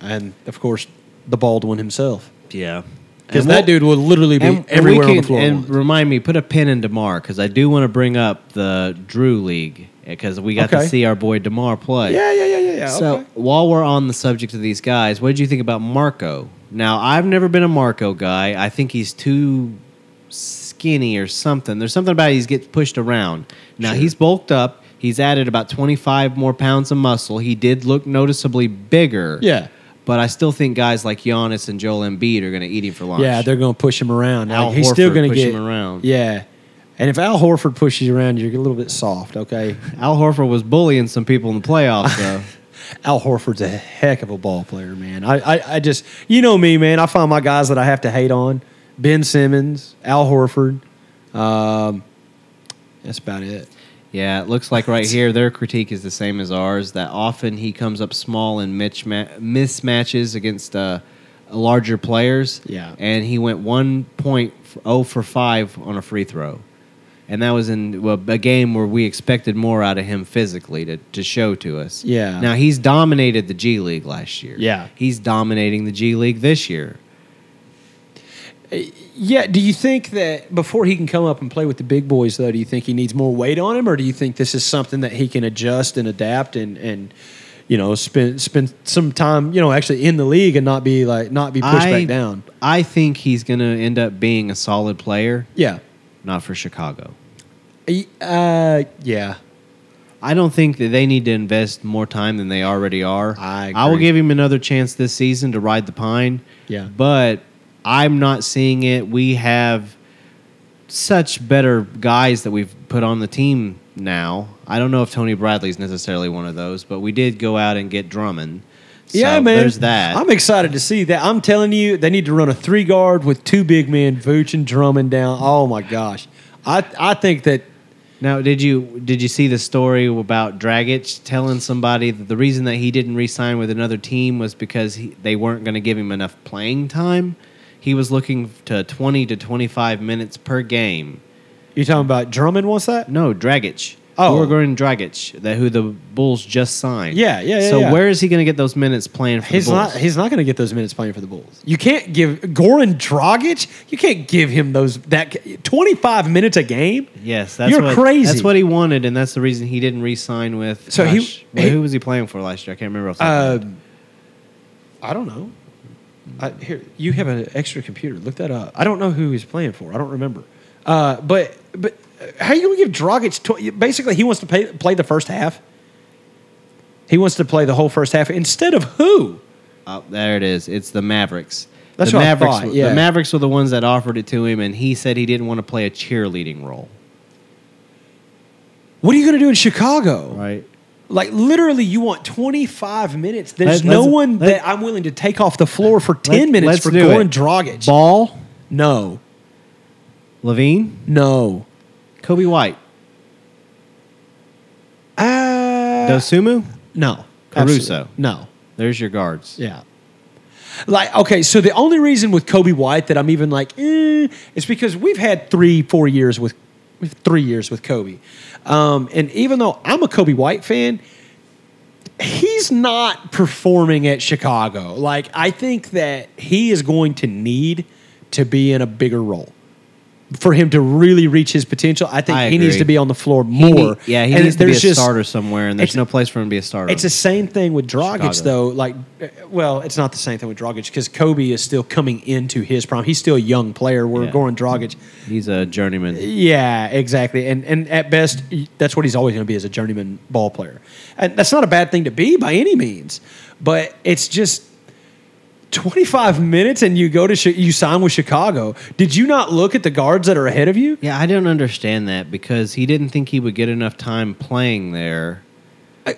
A: and of course, the bald one himself.
B: Yeah.
C: because
B: And we'll-
C: that dude would literally be
B: And- and we
C: everywhere on the
B: can-
C: floor. at
B: And
C: once.
B: remind me, put a pin in Demar because I do want to bring up the Drew League because we got
A: Okay.
B: to see our boy Demar play.
A: Yeah, yeah, yeah, yeah, yeah.
B: So
A: okay.
B: while we're on the subject of these guys, what did you think about Marco? Now I've never been a Marco guy. I think he's too skinny or something. There's something about he's gets pushed around. Now he's bulked up. He's added about 25 more pounds of muscle. He did look noticeably bigger.
A: Yeah.
B: But I still think guys like Giannis and Joel Embiid are going to eat him for lunch.
A: Yeah, they're going to push him around.
B: Al
A: Like, he's still
B: Horford
A: going to
B: push
A: get
B: him around.
A: Yeah, and if Al Horford pushes you around, you're a little bit soft. Okay,
B: Al Horford was bullying some people in the playoffs,
A: [laughs]
B: though.
A: Al Horford's a heck of a ball player, man. I, I, I just, you know me, man. I find my guys that I have to hate on: Ben Simmons, Al Horford. Um, that's about it.
B: yeah, it looks like right here their critique is the same as ours. That often he comes up small in mitch- ma- mismatches against uh, larger players.
A: Yeah.
B: and he went one point oh for five on a free throw, and that was in well, a game where we expected more out of him physically to to show to us.
A: Yeah.
B: Now he's dominated the G League last year.
A: Yeah.
B: He's dominating the G League this year.
A: Yeah. Do you think that before he can come up and play with the big boys, though, do you think he needs more weight on him, or do you think this is something that he can adjust and adapt and and you know spend spend some time you know actually in the league and not be like not be pushed
B: I-
A: back down?
B: I think he's going to end up being a solid player.
A: Yeah.
B: not for Chicago.
A: Uh, yeah.
B: I don't think that they need to invest more time than they already are.
A: I
B: I will
A: agree.
B: give him another chance this season to ride the pine.
A: Yeah.
B: But I'm not seeing it. We have such better guys that we've put on the team now. I don't know if Tony Bradley's necessarily one of those, but we did go out and get Drummond. So
A: yeah, man.
B: There's that.
A: I'm excited to see that. I'm telling you, they need to run a three guard with two big men, Vooch and Drummond down. Oh my gosh, I I think that
B: Now, did you did you see the story about Dragic telling somebody that the reason that he didn't re-sign with another team was because he, they weren't going to give him enough playing time? He was looking to 20 to 25 minutes per game.
A: you're talking about Drummond wants that.
B: No, Dragic.
A: Oh.
B: Goran Dragic, that who the Bulls just signed.
A: Yeah, yeah, yeah,
B: So
A: yeah.
B: where is he going to get those minutes playing for
A: He's
B: the Bulls?
A: not. He's not going to get those minutes playing for the Bulls. You can't give Goran Dragic. You can't give him those that 25 minutes a game.
B: Yes, that's
A: You're
B: what,
A: crazy.
B: That's what he wanted, and that's the reason he didn't re-sign with.
A: So he-
B: gosh, who-
A: he-
B: who was he playing for last year? I can't remember. off the top of my
A: Uh,
B: head.
A: I don't know. I, here, you have an extra computer. Look that up. I don't know who he's playing for. I don't remember. Uh, but but uh, how you gonna give Dragic? Tw- basically, he wants to pay, play the first half. He wants to play the whole first half instead of who?
B: Oh, there it is. It's the Mavericks.
A: That's
B: the
A: what I
B: Mavericks,
A: thought,
B: were-
A: yeah.
B: The Mavericks were the ones that offered it to him, and he said he didn't want to play a cheerleading role.
A: What are you gonna do in Chicago?
B: Right.
A: Like literally, you want 25 minutes. There's
B: Let-
A: no
B: let's-
A: one
B: let-
A: that I'm willing to take off the floor for 10
B: Let-
A: minutes
B: let's
A: for
B: do
A: Goran
B: it.
A: Dragic.
B: Ball,
A: no,
B: Levine,
A: no.
B: Kobe White,
A: Uh,
B: Dosumu.
A: no.
B: Caruso.
A: Absolutely. No.
B: There's your guards.
A: Yeah. Like, okay, so the only reason with Kobe White that I'm even like, eh, is because we've had three, four years with, with three years with Kobe. Um, and even though I'm a Kobe White fan, he's not performing at Chicago. Like, I think that he is going to need to be in a bigger role. For him to really reach his potential, I think
B: I
A: he needs
B: agree.
A: to be on the floor
B: He
A: more.
B: need- yeah, he
A: And
B: needs to be a
A: there's just-
B: starter somewhere, and there's
A: it's-
B: no place for him to be a starter.
A: it's the same thing with Dragic,
B: Chicago.
A: though. Like, uh, well, it's not the same thing with Dragic because Kobe is still coming into his prime. He's still a young player. We're
B: Yeah.
A: going Dragic.
B: He's a journeyman.
A: Yeah, exactly. And and at best, y- that's what he's always going to be as a journeyman ball player. And that's not a bad thing to be by any means. But it's just 25 minutes, and you go to Chi- you sign with Chicago. Did you not look at the guards that are ahead of you?
B: Yeah, I don't understand that because he didn't think he would get enough time playing there.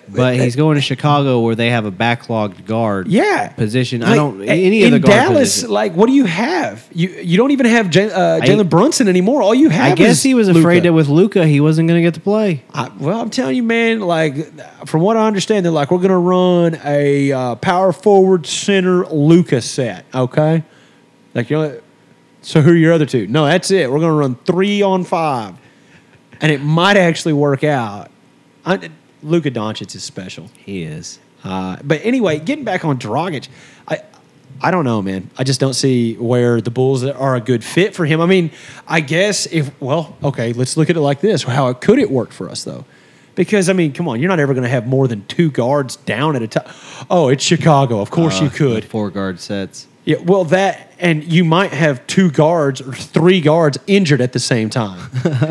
B: But he's going to Chicago where they have a backlogged guard
A: Yeah,
B: position. I
A: Like,
B: don't
A: a-
B: any
A: in
B: of the guard
A: Dallas.
B: position.
A: Like, what do you have? You you don't even have J- uh,
B: I-
A: Jalen Brunson anymore. All you have,
B: I guess
A: is
B: he was
A: Luka.
B: afraid that with Luca he wasn't going to get to play.
A: I, well, I'm telling you, man. Like, from what I understand, they're like, we're gonna run a uh, power forward center Luca set. Okay, like you know. So who are your other two? No, that's it. We're gonna run three on five, and it might actually work out. I, Luka Doncic is special.
B: He is.
A: Uh, but anyway, getting back on Dragic, I I don't know, man. I just don't see where the Bulls are a good fit for him. I mean, I guess if well, okay, let's look at it like this. How could it work for us though? Because I mean, come on, you're not ever going to have more than two guards down at a time. Oh, it's Chicago. Of course
B: Uh,
A: you could.
B: Four guard sets.
A: Yeah, well, that and you might have two guards or three guards injured at the same
B: [laughs]
A: time.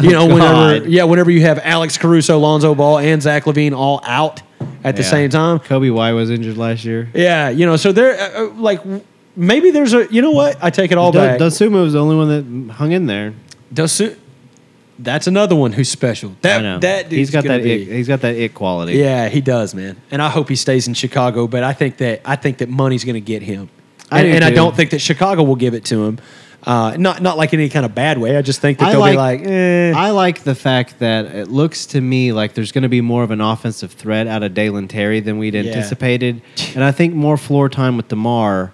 A: You know,
B: God.
A: whenever yeah, whenever you have Alex Caruso, Lonzo Ball, and Zach Levine all out at the
B: Yeah.
A: same time.
B: Kobe Y was injured last year.
A: Yeah, you know, so there, uh, uh, like, w- maybe there's a. You know what? I take it all
B: Da-
A: back.
B: Dosumu was the only one that hung in there.
A: Dosu- that's another one who's special.
B: I know.
A: That that dude's
B: he's got
A: gonna
B: that.
A: be-
B: It, he's got that it quality.
A: Yeah, he does, man. And I hope he stays in Chicago, but I think that I think that money's going to get him.
B: I
A: and
B: do
A: and I
B: too.
A: don't think that Chicago will give it to him. Uh, not not like in any kind of bad way. I just think that
B: I
A: they'll
B: like,
A: be like, eh.
B: I like the fact that it looks to me like there's going to be more of an offensive threat out of Daylon Terry than we'd
A: Yeah. [laughs]
B: anticipated, and I think more floor time with Demar.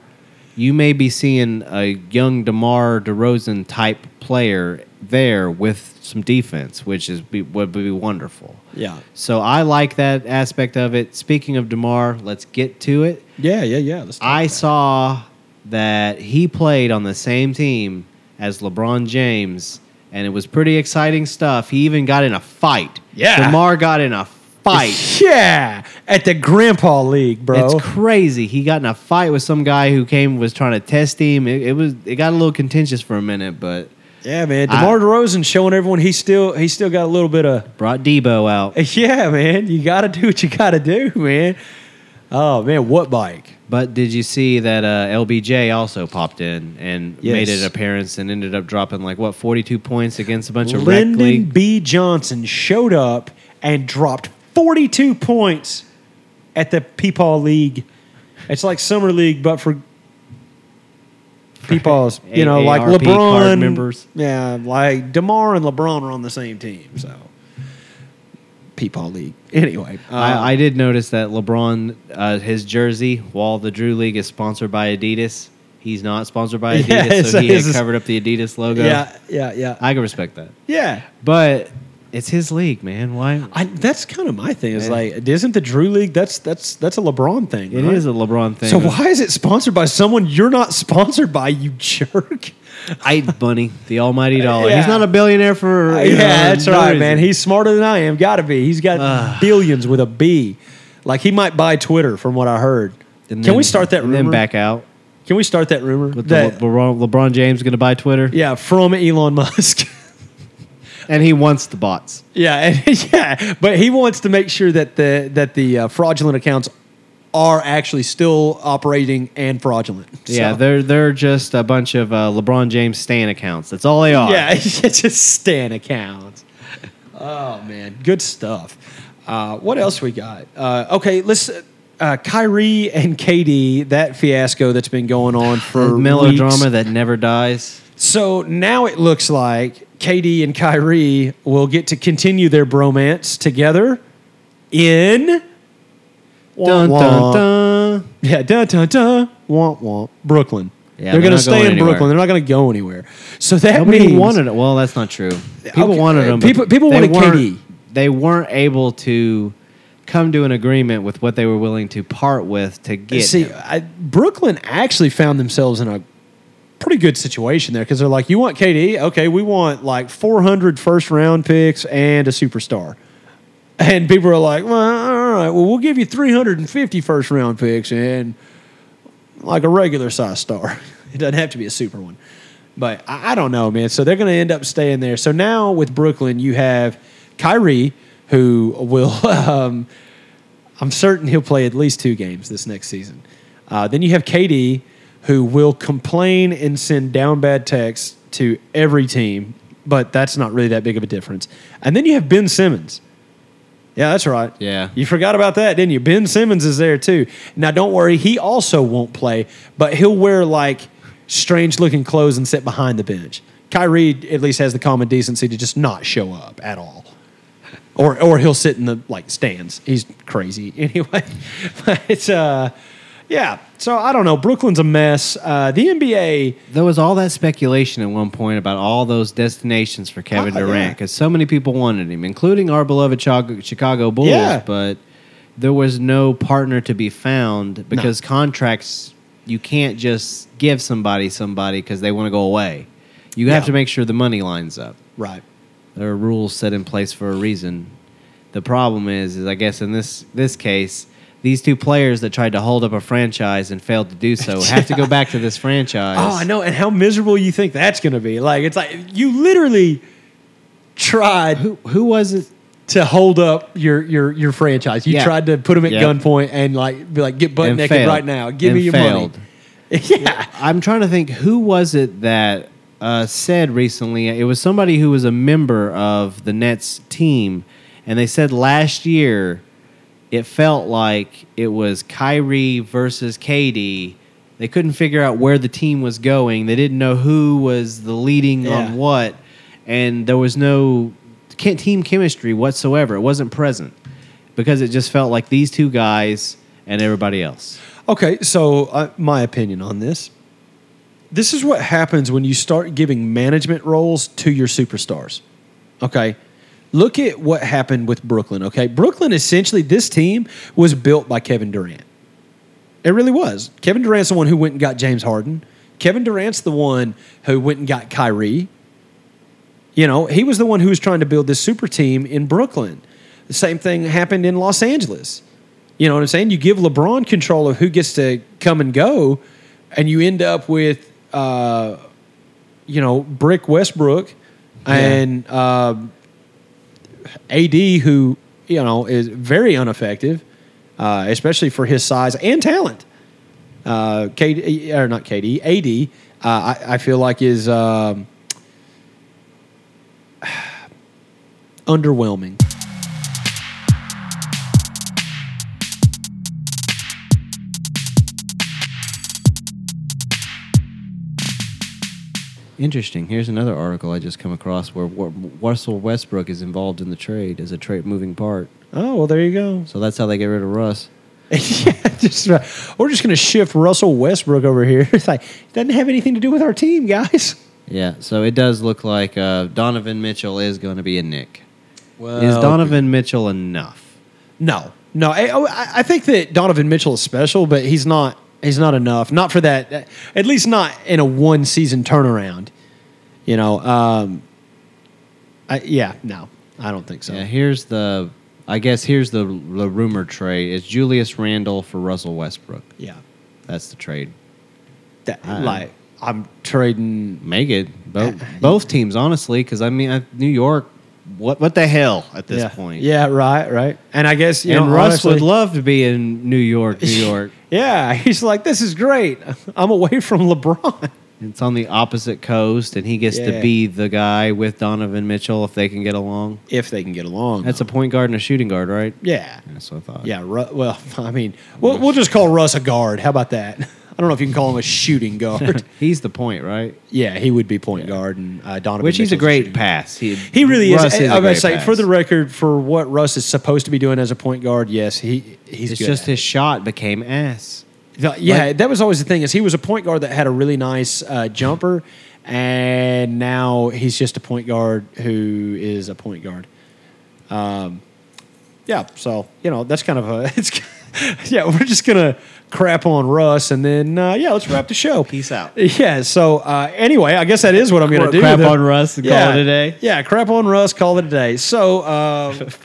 B: You may be seeing a young Demar Derozan type player there with some defense, which is be, would be wonderful.
A: yeah,
B: So I like that aspect of it. Speaking of Demar, let's get to it.
A: yeah, yeah, yeah. Let's talk
B: I
A: about it.
B: saw that he played on the same team as LeBron James, and it was pretty exciting stuff. He even got in a fight.
A: Yeah.
B: DeMar got in a fight.
A: Yeah, at the Grandpa League, bro.
B: It's crazy. He got in a fight with some guy who came was trying to test him. It, it was it got a little contentious for a minute, but
A: yeah, man.
B: I-
A: DeMar DeRozan showing everyone he's still he's still got a little bit of
B: brought Debo
A: [laughs]
B: out.
A: yeah, man. You got to do what you got to do, man. Oh man, what bike?
B: But did you see that uh, LBJ also popped in and made
A: Yes.
B: an appearance and ended up dropping like what forty two points against a bunch of rec
A: Lyndon
B: league
A: B. Johnson showed up and dropped 42 points at the Peepaw League. It's like summer league, but for Peepaws, [laughs] you know, like
B: AARP
A: LeBron
B: card members.
A: Yeah, like Demar and LeBron are on the same team, so Peepaw League. Anyway, uh,
B: I, I did notice that LeBron, uh, his jersey, while the Drew League is sponsored by Adidas, he's not
A: [laughs]
B: sponsored by Adidas,
A: Yeah, it's-
B: so he had
A: it's-
B: covered up the Adidas logo.
A: yeah, yeah, yeah,
B: I can respect that.
A: yeah.
B: But it's his league, man. Why?
A: I, that's kind of my thing. Is
B: Yeah.
A: like, isn't the Drew League? That's that's that's a LeBron thing.
B: It is
A: right?
B: a LeBron thing.
A: So why is it sponsored by someone you're not sponsored by, you jerk?
B: I Bunny, the
A: [laughs]
B: almighty dollar.
A: Yeah.
B: He's not a billionaire for.
A: [laughs] yeah,
B: you know,
A: that's
B: no
A: right,
B: reason.
A: man. He's smarter than I am. Gotta be. He's got billions with a B. Like he might buy Twitter, from what I heard.
B: And
A: Can
B: then-
A: we start that
B: And
A: rumor?
B: then back out
A: Can we start that rumor?
B: with
A: That-
B: the LeBron, LeBron James going to buy Twitter,
A: yeah, from Elon Musk. [laughs]
B: and he wants the bots.
A: yeah, and, [laughs] yeah. But he wants to make sure that the that the uh, fraudulent accounts are actually still operating and fraudulent.
B: Yeah,
A: So-
B: they're they're just a bunch of uh, LeBron James stan accounts. That's all they are.
A: Yeah, [laughs]
B: [laughs]
A: it's just Stan accounts. Oh man, good stuff. Uh, what else we got? Uh, okay, let's. Uh, Kyrie and KD, that fiasco that's been going
B: [sighs]
A: on for
B: The melodrama
A: weeks.
B: that never dies.
A: So now it looks like KD and Kyrie will get to continue their bromance together in. Wah,
B: Dun,
A: wah.
B: dun, dun.
A: Yeah, dun dun dun. Womp womp. Brooklyn. they're
B: Yeah,
A: going
B: they're
A: to
B: not
A: stay
B: going
A: in
B: anywhere.
A: Brooklyn. They're not going to go anywhere. So that
B: Nobody
A: means
B: wanted it. Well, that's not true. People
A: Okay,
B: wanted them. but
A: people- people
B: they
A: wanted
B: weren't-
A: KD.
B: They weren't able to come to an agreement with what they were willing to part with to get.
A: See,
B: him.
A: I, Brooklyn actually found themselves in a pretty good situation there because they're like, you want KD? Okay, we want like 400 first round picks and a superstar. And people are like, well, all right, well, we'll give you 350 first round picks and like a regular size star. [laughs] It doesn't have to be a super one. But I, I don't know, man. So they're going to end up staying there. So now with Brooklyn, you have Kyrie, who will, [laughs] um, I'm certain he'll play at least two games this next season. Uh, then you have KD, who will complain and send down bad texts to every team, but that's not really that big of a difference. And then you have Ben Simmons. Yeah, that's right.
B: Yeah.
A: You forgot about that, didn't you? Ben Simmons is there too. Now, don't worry, he also won't play, but he'll wear like strange looking clothes and sit behind the bench. Kyrie at least has the common decency to just not show up at all. Or, or he'll sit in the like stands. He's crazy [laughs] anyway. but it's uh, yeah. So I don't know. Brooklyn's a mess. Uh, the NBA.
B: there was all that speculation at one point about all those destinations for Kevin
A: Oh, yeah.
B: Durant because so many people wanted him, including our beloved Chicago, Chicago Bulls.
A: Yeah.
B: But there was no partner to be found because contracts you can't just give somebody somebody because they want to go away. You have
A: Yeah.
B: to make sure the money lines up.
A: Right.
B: There are rules set in place for a reason. The problem is, is I guess in this this case, these two players that tried to hold up a franchise and failed to do
A: [laughs]
B: so have to go back to this franchise.
A: Oh, I know. And how miserable you think that's going to be? Like it's like you literally tried
B: Who who was it?
A: to hold up your your your franchise. You
B: Yeah.
A: tried to put them at
B: Yep.
A: gunpoint and like be like get butt
B: And
A: naked
B: failed.
A: right now. Give me
B: And
A: your
B: failed.
A: money. yeah.
B: I'm trying to think who was it that uh, said recently. It was somebody who was a member of the Nets team, and they said last year it felt like it was Kyrie versus KD. They couldn't figure out where the team was going. They didn't know who was the leading
A: Yeah.
B: on what, and there was no ke- team chemistry whatsoever. It wasn't present because it just felt like these two guys and everybody else.
A: Okay, so uh, my opinion on this. This is what happens when you start giving management roles to your superstars. Okay. Look at what happened with Brooklyn, okay? Brooklyn essentially this team was built by Kevin Durant. It really was. Kevin Durant's the one who went and got James Harden. Kevin Durant's the one who went and got Kyrie. You know, he was the one who was trying to build this super team in Brooklyn. The same thing happened in Los Angeles. You know what I'm saying? You give LeBron control of who gets to come and go, and you end up with, uh, you know, Brick Westbrook and uh, AD, who, you know, is very ineffective, uh, especially for his size and talent. Uh, KD, or not KD, AD, uh, I, I feel like is. Um, underwhelming.
B: Interesting. Here's another article I just come across where Wa- Russell Westbrook is involved in the trade as a trade moving part.
A: Oh well, there you go.
B: So that's how they get rid of Russ.
A: yeah, [laughs] just uh, we're just gonna shift Russell Westbrook over here. [laughs] It's like doesn't have anything to do with our team, guys.
B: Yeah. So it does look like uh, Donovan Mitchell is going to be a Nick.
A: Well,
B: is Donovan Mitchell enough?
A: No, no. I, oh, I I think that Donovan Mitchell is special, but he's not. He's not enough. Not for that. uh, At least not in a one season turnaround. You know. Um, I, yeah. No, I don't think so.
B: Yeah. Here's the. I guess here's the the rumor trade. It's Julius Randle for Russell Westbrook.
A: yeah.
B: That's the trade.
A: That,
B: I-
A: like I'm trading
B: Make it
A: Uh,
B: both both teams honestly because I mean I, New York. What what the hell at this
A: yeah.
B: point?
A: Yeah. Right. Right. And I guess you
B: and
A: know,
B: Russ would
A: honestly-
B: love to be in New
A: [laughs]
B: York, New York.
A: Yeah, [laughs] he's like, this is great. I'm away from LeBron.
B: It's on the opposite coast, and he gets
A: Yeah.
B: to be the guy with Donovan Mitchell if they can get along.
A: If they can get along,
B: That's a point guard and a shooting guard, right?
A: yeah,
B: That's what I thought.
A: yeah. Ru- well, [laughs] I mean, we'll, we'll just call Russ a guard. How about that? I don't know if you can call him a shooting guard.
B: He's the point, right?
A: [laughs] yeah, he would be point guard, and uh, Donovan.
B: Which he's a
A: Mitchell's
B: great
A: shooting guard.
B: pass. He,
A: He really is.
B: Russ
A: I-
B: a
A: I'm gonna
B: great
A: say,
B: pass.
A: for the record, for what Russ is supposed to be doing as a point guard, yes, he he's
B: it's
A: good
B: just
A: at it.
B: his shot became ass. [laughs]
A: The- yeah, that was always the thing. Is he was a point guard that had a really nice uh, jumper, and now he's just a point guard who is a point guard. Um, yeah, so you know that's kind of a [laughs] it's yeah we're just gonna crap on Russ, and then uh, yeah let's wrap the show.
B: Peace out.
A: [laughs] Yeah. So uh, anyway, I guess that is what I'm gonna
B: Crap
A: do. then.
B: on Russ and call
A: yeah,
B: it a day.
A: Yeah, crap on Russ. Call it a day. So. Uh,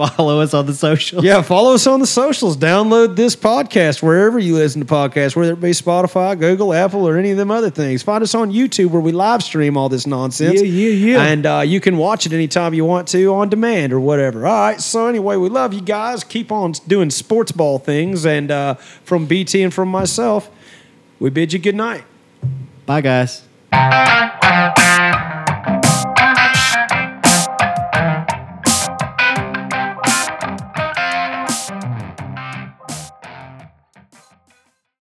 B: Follow us on the socials.
A: [laughs] yeah, follow us on the socials. Download this podcast wherever you listen to podcasts, whether it be Spotify, Google, Apple, or any of them other things. Find us on YouTube where we live stream all this nonsense.
B: Yeah, yeah, yeah.
A: And uh, you can watch it anytime you want to on demand or whatever. All right. So, anyway, we love you guys. Keep on doing sports ball things. And uh, from BT and from myself, we bid you good night.
B: Bye, guys.